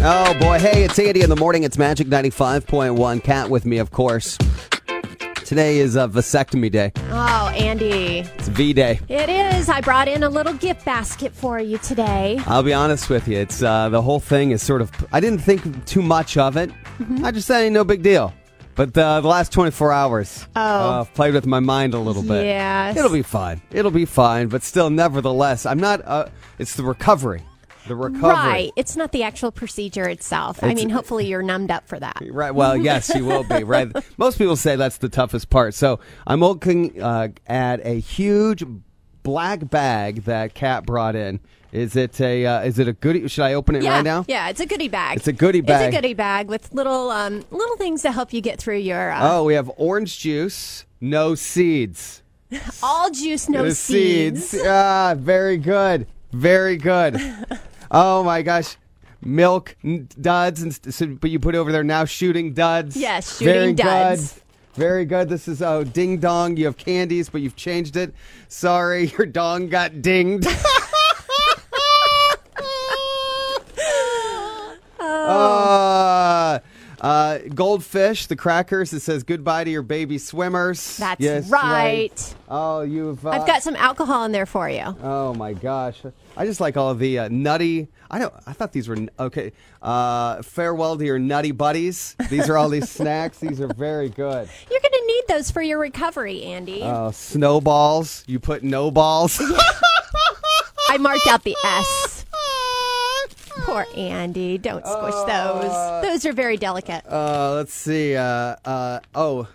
Oh boy, hey, it's Andy in the morning. It's Magic 95.1. Cat with me, of course. Today is uh, vasectomy day. Oh, Andy. It's V Day. It is. I brought in a little gift basket for you today. I'll be honest with you. It's uh, the whole thing is sort of. I didn't think too much of it. Mm-hmm. I just said ain't no big deal. But uh, the last 24 hours, Oh. uh, I've played with my mind a little bit. Yes. it'll be fine. It'll be fine. But still, nevertheless, I'm not. Uh, it's the recovery. The recovery. Right. It's not the actual procedure itself. I It's- mean, hopefully you're numbed up for that. Right. Well, yes, you will be. Right. Most people say that's the toughest part. So I'm looking uh, at a huge black bag that Kat brought in. Is it a uh, is it a goodie? Should I open it Yeah. right now? Yeah, it's a goodie bag. It's a goodie bag. It's a goodie bag with little um, little things to help you get through your uh, Oh, we have orange juice, no seeds. all juice, no The seeds. Ah, very good. Very good. oh my gosh. Milk n- duds, and st- so, but you put over there now shooting duds. Yes, very shooting duds. Good. Very good. This is oh ding dong. You have candies, but you've changed it. Sorry, your dong got dinged. Uh, Oh, uh, goldfish, the crackers. It says goodbye to your baby swimmers. That's Yes, right. Oh, you've. Uh, I've got some alcohol in there for you. Oh my gosh! I just like all the uh, nutty. I don't. I thought these were n- okay. Uh, farewell to your nutty buddies. These are all these snacks. These are very good. You're going to need those for your recovery, Andy. Uh, snowballs. You put no balls. I marked out the S. Poor Andy. Don't squish those. Those are very delicate. Uh, let's see. Uh, uh, oh,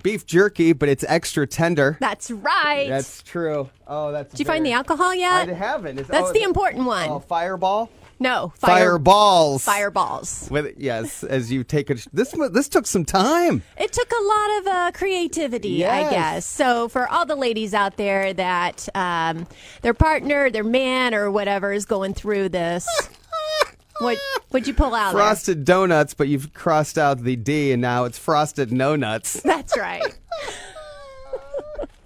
beef jerky, but it's extra tender. That's right. That's true. Oh, that's. Did you find the very- alcohol I yet? haven't. It's- That's oh, the important one. Oh, fireball. no. Fire, Fireballs. Fireballs. With yes, as you take a this this took some time. It took a lot of uh, creativity, Yes. I guess. So for all the ladies out there that um, their partner, their man, or whatever is going through this, what would you pull out? there? frosted donuts, but you've crossed out the D and now it's frosted no nuts. That's right.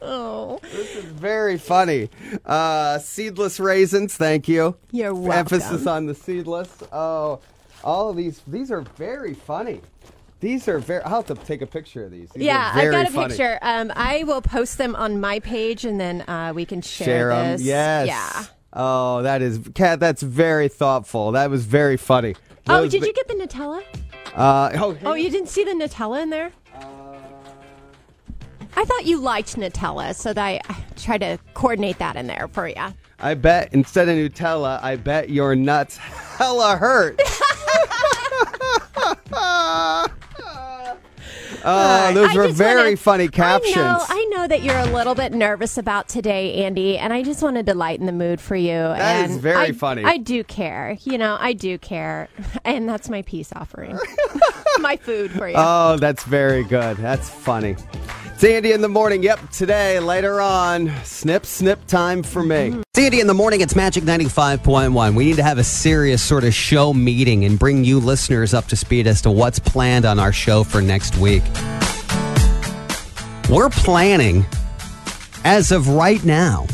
oh, Very funny. Uh, seedless raisins, thank you. You're welcome. Emphasis on the seedless. Oh, all of these, these are very funny. These are very, I'll have to take a picture of these. These are yeah, I've very got a funny. picture. Um, I will post them on my page, and then uh, we can share, Share them. this. Yes. Yeah. Oh, that is, Kat, that's very thoughtful. That was very funny. Oh, Those did bi- you get the Nutella? Uh, oh, Oh, you didn't see the Nutella in there? Uh, I thought you liked Nutella, so that I, I tried to coordinate that in there for you. I bet instead of Nutella, I bet your nuts hella hurt. Uh, those were very funny captions. I know, I know that you're a little bit nervous about today, Andy, and I just wanted to lighten the mood for you. That is and very I- funny. I do care. You know, I do care. And that's my peace offering. my food for you. oh, that's very good. That's funny. It's Andy in the morning. Yep, today, later on, snip, snip time for me. It's Andy Mm-hmm. in the morning. It's Magic 95.1. We need to have a serious sort of show meeting and bring you listeners up to speed as to what's planned on our show for next week. We're planning, as of right now,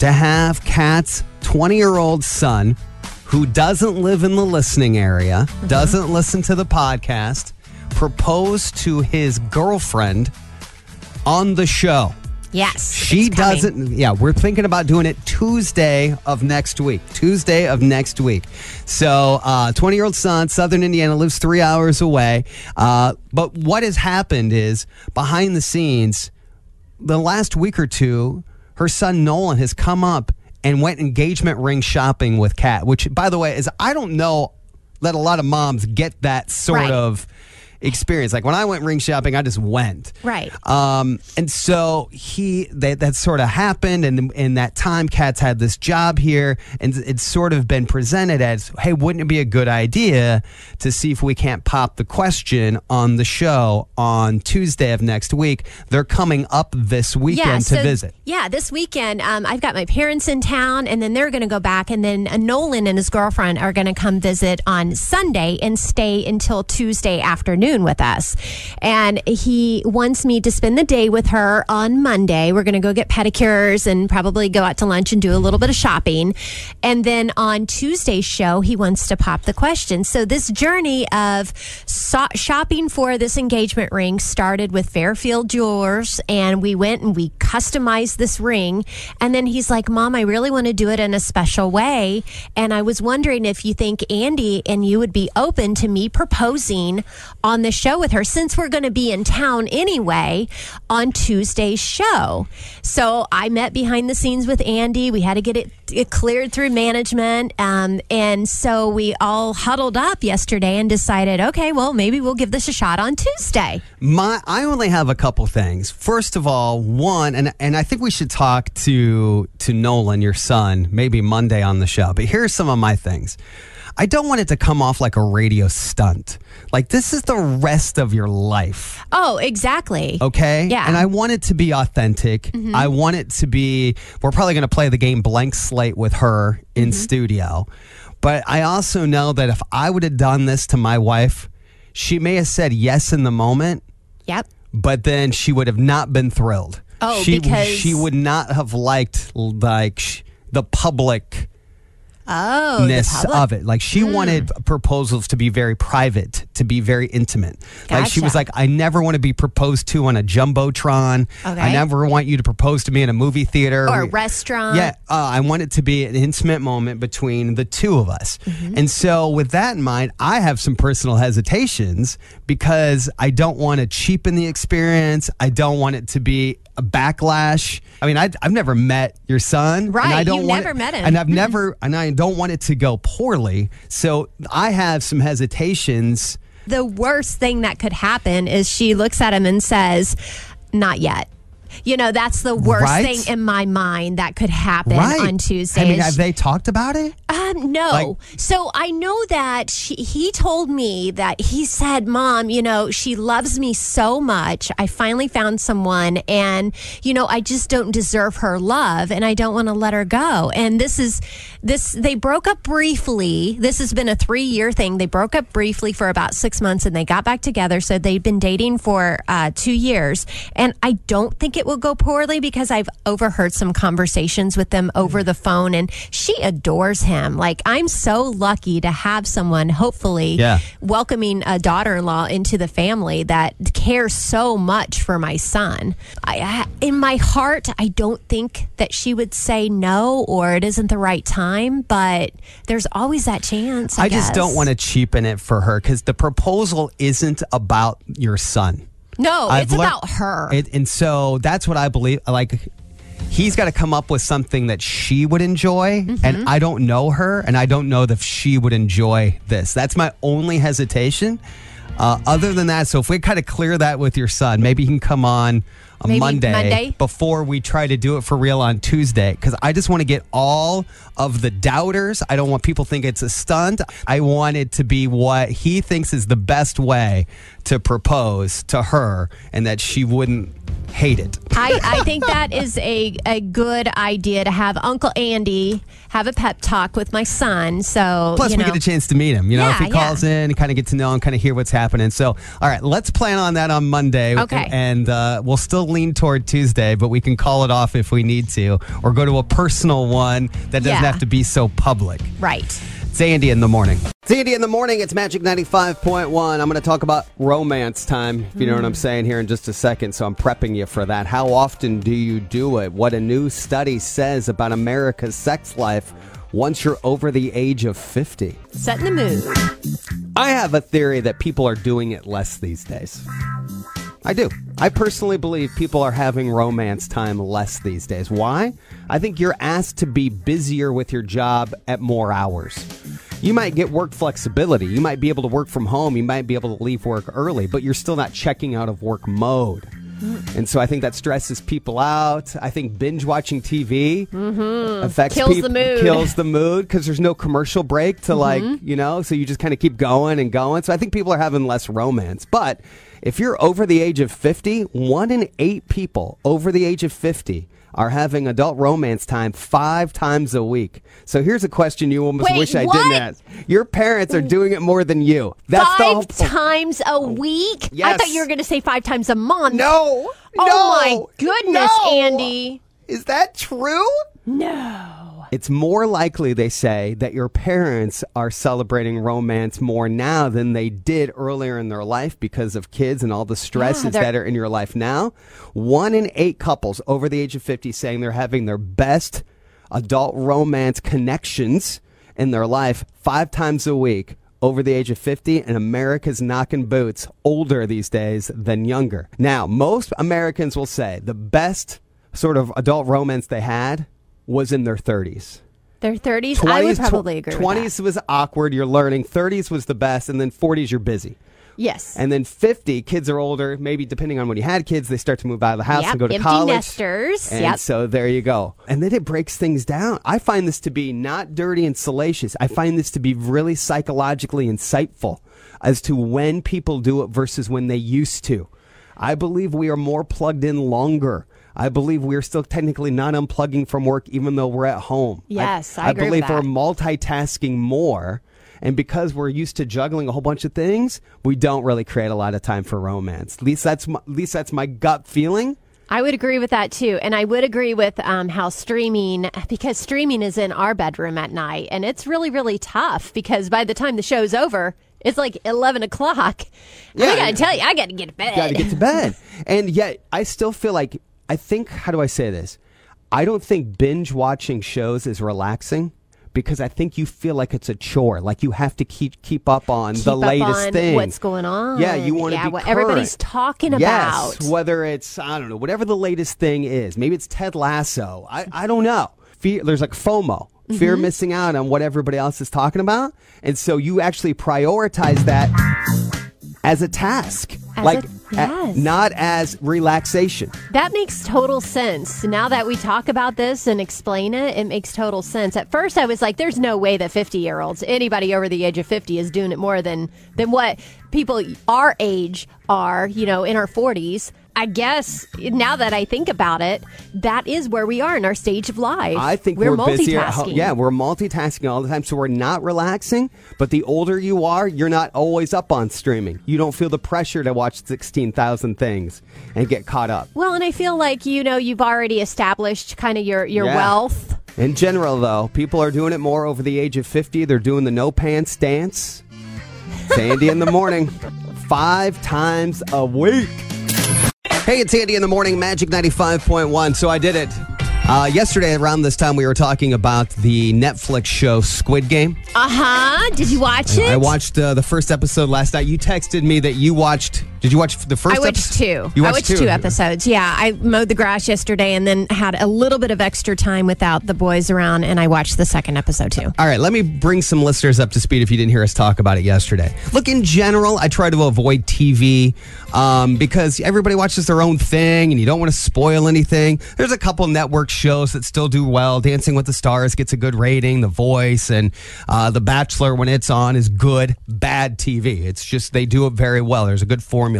to have Kat's 20 year old son, who doesn't live in the listening area, doesn't listen to the podcast, propose to his girlfriend on the show. yes. She doesn't. Yeah, we're thinking about doing it Tuesday of next week. Tuesday of next week. So, uh, 20 year old son, Southern Indiana, lives three hours away. Uh, but what has happened is behind the scenes, the last week or two, her son Nolan has come up and went engagement ring shopping with Kat, which, by the way, is I don't know that a lot of moms get that sort Right. of experience. Like when I went ring shopping, I just went. Right. Um, and so he that that sort of happened, and in that time, Kat's had this job here, and it's sort of been presented as, hey, wouldn't it be a good idea to see if we can't pop the question on the show on Tuesday of next week? They're coming up this weekend to so- visit. Yeah, this weekend um, I've got my parents in town, and then they're going to go back, and then uh, Nolan and his girlfriend are going to come visit on Sunday and stay until Tuesday afternoon. afternoon with us. And he wants me to spend the day with her on Monday. We're going to go get pedicures and probably go out to lunch and do a little bit of shopping. And then on Tuesday's show, he wants to pop the question. So this journey of so- shopping for this engagement ring started with Fairfield Jewelers, and we went and we customized this ring. And then he's like, Mom, I really want to do it in a special way. And I was wondering if you think Andy and you would be open to me proposing on the show with her since we're going to be in town anyway on Tuesday's show. So I met behind the scenes with Andy. We had to get it, it cleared through management. Um, and so we all huddled up yesterday and decided, okay, well, maybe we'll give this a shot on Tuesday. My, I only have a couple things. First of all, one, and and I think we should talk to to Nolan, your son, maybe Monday on the show. But here's some of my things. I don't want it to come off like a radio stunt. Like this is the rest of your life. Oh, exactly. Okay. Yeah. And I want it to be authentic. I want it to be, we're probably going to play the game blank slate with her in studio. But I also know that if I would have done this to my wife, she may have said yes in the moment, Yep. but then she would have not been thrilled. Oh, she, because- she would not have liked like sh- the publicness Oh, the public. Mm. of it. Like she wanted proposals to be very private, to be very intimate. Like she was Gotcha. like, I never want to be proposed to on a jumbotron. I Okay. never want you to propose to me in a movie theater Or a We- restaurant. Yeah, uh, I want it to be an intimate moment between the two of us. Mm-hmm. And so, with that in mind, I have some personal hesitations because I don't want to cheapen the experience. I don't want it to be a backlash. I mean, I, I've never met your son. and Right, I don't you've want never it- met him. Mm-hmm. And I've never, and I don't want it to go poorly. So I have some hesitations. the worst thing that could happen is she looks at him and says, Not yet. You know, that's the worst Right? thing in my mind that could happen Right on Tuesday. I mean, is have they talked about it? um, no. Like- so I know that she, he told me that he said, Mom, you know, she loves me so much. I finally found someone, and, you know, I just don't deserve her love, and I don't want to let her go. And this is this, they broke up briefly. This has been a three year thing. They broke up briefly for about six months, and they got back together. So they've been dating for uh, two years. And I don't think it will go poorly because I've overheard some conversations with them over the phone, and she adores him. Like, I'm so lucky to have someone, hopefully, Yeah. welcoming a daughter in law into the family that cares so much for my son. I, I, in my heart, I don't think that she would say no or it isn't the right time, but there's always that chance. I, I just don't want to cheapen it for her because the proposal isn't about your son. No, I've it's lear- about her. It, and so that's what I believe. Like, he's got to come up with something that she would enjoy. Mm-hmm. And I don't know her, and I don't know if she would enjoy this. That's my only hesitation. Uh, other than that, so if we kind of clear that with your son, maybe he can come on a Maybe Monday, Monday? before we try to do it for real on Tuesday. Because I just want to get all of the doubters. I don't want people to think it's a stunt. I want it to be what he thinks is the best way to propose to her and that she wouldn't hate it. I, I think that is a, a good idea to have Uncle Andy have a pep talk with my son. So Plus, you we know. get a chance to meet him. You know, if Yeah, he calls in and kind of get to know him, kind of hear what's happening. So, all right, let's plan on that on Monday. Okay. And uh, we'll still lean toward Tuesday, but we can call it off if we need to or go to a personal one that doesn't Yeah. have to be so public. right. It's Andy in the morning. It's Andy in the morning. It's Magic 95.1. I'm going to talk about romance time, if you know what I'm saying, here in just a second. So I'm prepping you for that. How often do you do it? What a new study says about America's sex life once you're over the age of 50. Setting the mood. I have a theory that people are doing it less these days. I do. I personally believe people are having romance time less these days. Why? I think you're asked to be busier with your job at more hours. You might get work flexibility. You might be able to work from home. You might be able to leave work early, but you're still not checking out of work mode. And so I think that stresses people out. I think binge watching TV affects Mm-hmm. Kills peop- the mood. Kills the mood because there's no commercial break to like Mm-hmm. you know, so you just kind of keep going and going. So I think people are having less romance. But if you're over the age of 50, one in eight people over the age of 50 are having adult romance time five times a week. So here's a question you almost Wait, wish I what? didn't ask. Your parents are doing it more than you. That's the whole Five point. times a week? I Yes. thought you were going to say five times a month. No. Oh no, my goodness, no. Andy. Is that true? No. It's more likely, they say, that your parents are celebrating romance more now than they did earlier in their life because of kids and all the stresses Yeah, Ah, they're- that are in your life now. One in eight couples over the age of 50 saying they're having their best adult romance connections in their life five times a week over the age of 50 and America's knocking boots older these days than younger. Now, most Americans will say the best sort of adult romance they had was in their 30s. They're 30s. I would 20s tw- probably agree. 20s With that. was awkward, you're learning. 30s was the best and then 40s you're busy. Yes. And then 50, kids are older, maybe depending on when you had kids, they start to move out of the house Yep, and go to empty college. nesters. And Yep. so there you go. And then it breaks things down. I find this to be not dirty and salacious. I find this to be really psychologically insightful as to when people do it versus when they used to. I believe we are more plugged in longer. I believe we are still technically not unplugging from work even though we're at home. Yes, I agree with believe we're that. multitasking more. And because we're used to juggling a whole bunch of things, we don't really create a lot of time for romance. At least that's my, at least that's my gut feeling. I would agree with that too. And I would agree with um, how streaming, because streaming is in our bedroom at night and it's really, really tough because by the time the show's over, it's like 11 o'clock. And I Yeah, got you- to tell you, I got to get to bed. Got to get to bed. And yet, I still feel like I think. How do I say this? I don't think binge watching shows is relaxing because I think you feel like it's a chore. Like you have to keep keep up on the up latest on thing. what's going on. Yeah, you want to Yeah, be what current. everybody's talking Yes, about. whether it's I don't know whatever the latest thing is. Maybe it's Ted Lasso. I I don't know. Fear, there's like FOMO. Fear of Mm-hmm. missing out on what everybody else is talking about. And so you actually prioritize that as a task, As like a- a- yes. not as relaxation. That makes total sense. Now that we talk about this and explain it, it makes total sense. At first, I was like, "There's no way that 50 year olds, anybody over the age of 50, is doing it more than than what people our age are, you know, in our 40s." I guess now that I think about it, that is where we are in our stage of life. I think we're, we're, multitasking. busier. at ho- Yeah, we're multitasking all the time, so we're not relaxing. But the older you are, you're not always up on streaming. You don't feel the pressure to watch sixteen thousand things and get caught up. Well, and I feel like you know you've already established kind of your your Yeah. wealth. In general, though, people are doing it more over the age of 50. They're doing the no pants dance. It's Andy in the morning, five times a week. Hey, it's Andy in the morning, Magic 95.1. So I did it. Uh, yesterday, around this time, we were talking about the Netflix show Squid Game. Uh huh. Did you watch it? I watched uh, the first episode last night. You texted me that you watched. Did you watch the first I watched episode? two. You I watched two. episodes. Yeah, I mowed the grass yesterday and then had a little bit of extra time without the boys around, and I watched the second episode too. All right, let me bring some listeners up to speed if you didn't hear us talk about it yesterday. Look, in general, I try to avoid TV um, because everybody watches their own thing and you don't want to spoil anything. There's a couple network shows that still do well. Dancing with the Stars gets a good rating, The Voice, and uh, The Bachelor, when it's on, is good, bad TV. It's just they do it very well. There's a good formula.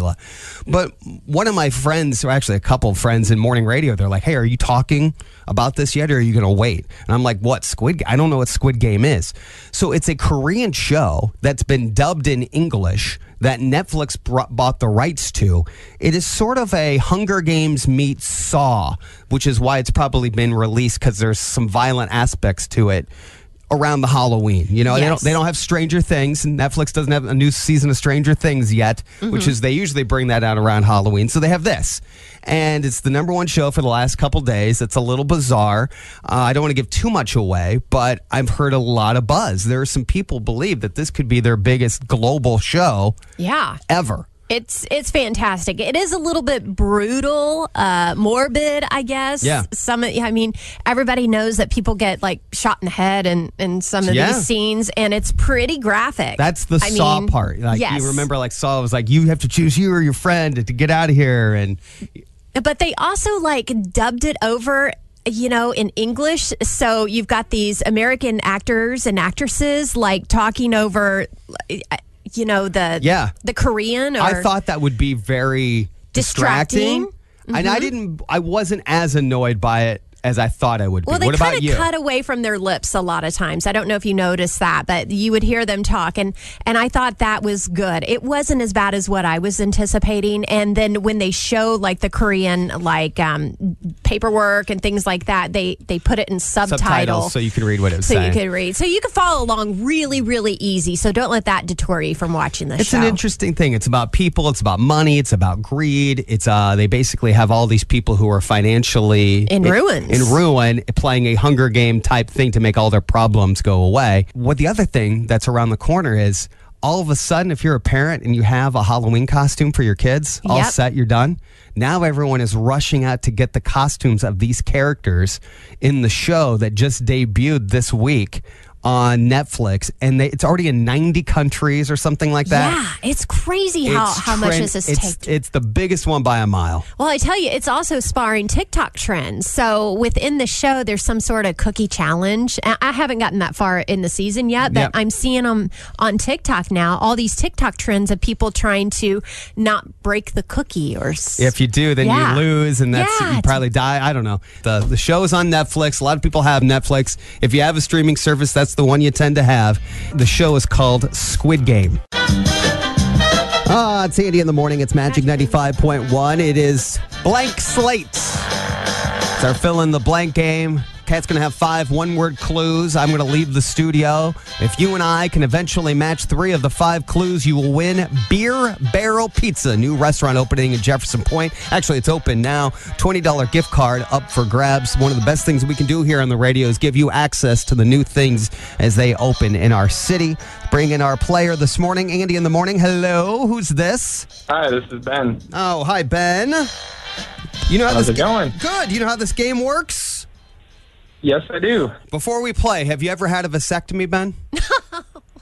But one of my friends, or actually a couple of friends in morning radio, they're like, hey, are you talking about this yet or are you going to wait? And I'm like, what? Squid Ga- I don't know what Squid Game is. So it's a Korean show that's been dubbed in English that Netflix brought, bought the rights to. It is sort of a Hunger Games meets Saw, which is why it's probably been released because there's some violent aspects to it around the Halloween. You know, they don't Yes. they don't have Stranger Things, and Netflix doesn't have a new season of Stranger Things yet, which Mm-hmm. is they usually bring that out around Halloween. So they have this, and it's the number one show for the last couple days. It's a little bizarre. Uh, I don't want to give too much away, but I've heard a lot of buzz. There are some people believe that this could be their biggest global show Yeah. ever. It's it's fantastic. It is a little bit brutal, uh, morbid, I guess. Yeah. Some, I mean, everybody knows that people get like shot in the head and in some of Yeah. these scenes, and it's pretty graphic. That's the I Saw mean, part. Like yes. you remember, like Saw was like you have to choose you or your friend to get out of here, and But they also like dubbed it over, you know, in English. So you've got these American actors and actresses like talking over, uh, you know, the Yeah. the Korean. Or, I thought that would be very distracting. Distracting? Mm-hmm. and I didn't. I wasn't as annoyed by it as I thought I would be. Well, they what kind about of you? cut away from their lips a lot of times. I don't know if you noticed that, but you would hear them talk, and and I thought that was good. It wasn't as bad as what I was anticipating. And then when they show like the Korean like um, paperwork and things like that, they they put it in subtitle Subtitles, so you can read what it's so saying. you could read, so you could follow along really really easy. So don't let that deter you from watching the It's show. an interesting thing. It's about people. It's about money. It's about greed. It's uh, they basically have all these people who are financially In ruins. In ruin, playing a Hunger Game type thing to make all their problems go away. What the other thing that's around the corner is. All of a sudden, if you're a parent and you have a Halloween costume for your kids, all Yep. set, you're done. Now everyone is rushing out to get the costumes of these characters in the show that just debuted this week on Netflix, and they, it's already in 90 countries or something like that. yeah, it's crazy how, It's how much trend- this has it's, taken. It's the biggest one by a mile. Well, I tell you, it's also sparring TikTok trends. So within the show, there's some sort of cookie challenge. I I haven't gotten that far in the season yet, but Yep. I'm seeing them on TikTok now. All these TikTok trends of people trying to not break the cookie or s- If you do, then Yeah. you lose, and that's Yeah, you it's- probably die. I don't know. the The show is on Netflix. A lot of people have Netflix. If you have a streaming service, that's the one you tend to have. The show is called Squid Game. Ah, it's Andy in the morning. It's Magic ninety five point one. It is blank slate. It's our fill in the blank game. Kat's going to have five one word clues. I'm going to leave the studio. If you and I can eventually match three of the five clues, you will win Beer Barrel Pizza, new restaurant opening in Jefferson Point. Actually, it's open now. $20 gift card up for grabs. One of the best things we can do here on the radio is give you access to the new things as they open in our city. Bring in our player this morning, Andy in the morning. Hello, who's this? Hi, this is Ben. Oh, hi, Ben. You know how How's this it going? Good. You know how this game works? Yes, I do. Before we play, have you ever had a vasectomy, Ben?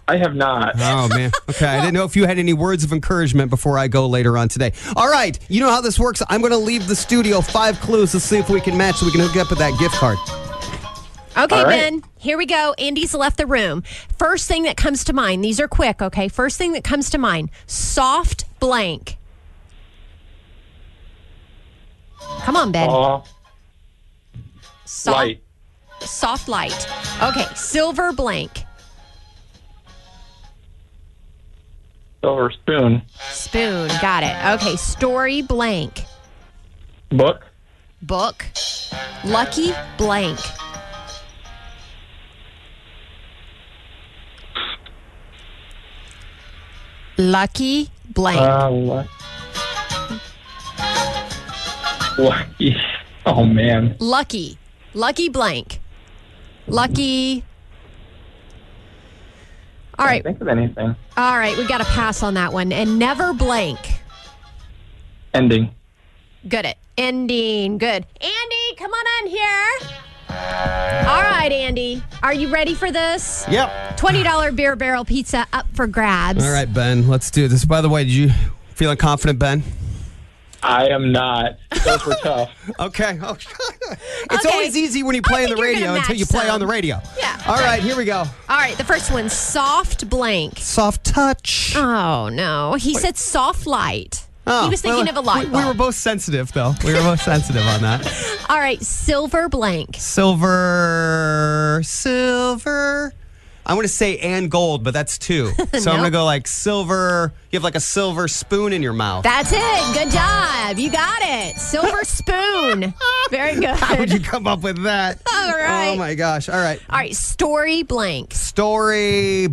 I have not. Oh man. Okay. I didn't know if you had any words of encouragement before I go later on today. All right. You know how this works. I'm going to leave the studio five clues to see if we can match so we can hook you up with that gift card. Okay, All right. Ben, here we go. Andy's left the room. First thing that comes to mind, these are quick, okay? First thing that comes to mind, soft blank. Come on, Ben. All soft, light. Soft light. Okay, silver blank. Silver spoon. Spoon. Got it. Okay, story blank. Book. Book. Lucky blank. Lucky blank. Uh, what? Lucky. Oh, man. Lucky. Lucky blank. Lucky. All I right. can't think of anything. All right. We got to pass on that one. And never blank. Ending. Good at ending. Good. Andy, come on on here. All right, Andy. Are you ready for this? Yep. $20 beer barrel pizza up for grabs. All right, Ben. Let's do this. By the way, did you feeling confident, Ben? I am not. Those were tough. Okay. Oh, it's Okay. always easy when you I play on the think you're gonna radio until match you play some. on the radio. Yeah. All right. Here we go. All right, the first one soft blank. Soft touch. Oh, no. He said soft light. Oh, he was thinking well, of a light we- bulb. We were both sensitive, though. We were both sensitive on that. All right, silver blank. silver, silver. I want to say and gold, but that's two. So I'm going to Nope. go like silver. You have like a silver spoon in your mouth. That's it. Good job. You got it. Silver spoon. Very good. How would you come up with that? All right. Oh my gosh. All right. All right, story blank. Story,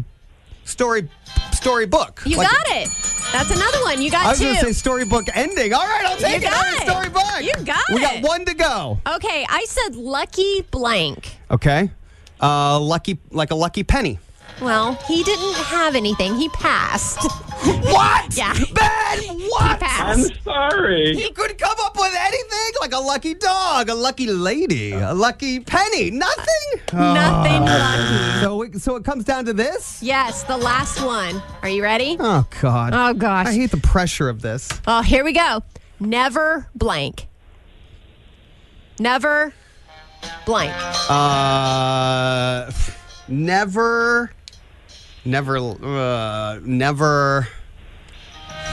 story, story book. You Like- got it. That's another one. You got I was two. going to say storybook ending. All right, I'll take You got it. it. Storybook. You got We got it. one to go. Okay, I said lucky blank. Okay. Uh, lucky, like a lucky penny. Well, he didn't have anything. He passed. What? Yeah. Ben, what? I'm Passed. sorry. You could come up with anything like a lucky dog, a lucky lady, a lucky penny, nothing. Nothing Oh. lucky. So, it, so it comes down to this. Yes, the last one. Are you ready? Oh God. Oh, gosh. I hate the pressure of this. Oh, here we go. Never blank. Never blank. Uh, never, never, uh, never.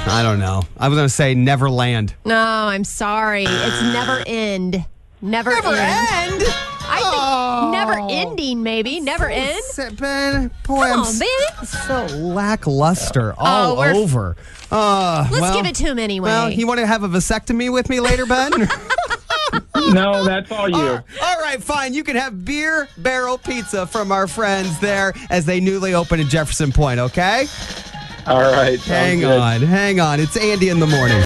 I don't know. I was going to say Neverland. No, I'm sorry. It's never end. Ah. Never, end. I think Oh. never ending, maybe. Never end. Man, boy, Come I'm on, s- baby. so lackluster all Oh, we're- over. Uh, Let's well- give it to him anyway. Well, you want to have a vasectomy with me later, Ben? No, that's all you. All right, fine. You can have beer barrel pizza from our friends there as they newly open in Jefferson Point, okay? All right. sounds Hang good. on. Hang on. It's Andy in the morning.